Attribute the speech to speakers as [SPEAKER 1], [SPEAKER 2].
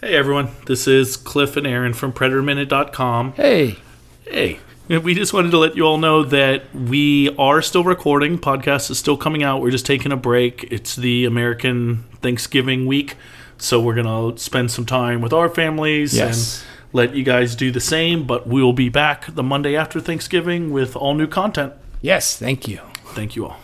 [SPEAKER 1] Hey everyone, this is Cliff and Aaron from PredatorMinute.com.
[SPEAKER 2] Hey,
[SPEAKER 1] Hey, we just wanted to let you all know that we are still recording. Podcast is still coming out. We're just taking a break. It's the American Thanksgiving week, so we're gonna spend some time with our families
[SPEAKER 2] Yes.
[SPEAKER 1] and let you guys do the same. But we'll be back the Monday after Thanksgiving with all new content.
[SPEAKER 2] yes, thank you.
[SPEAKER 1] Thank you all.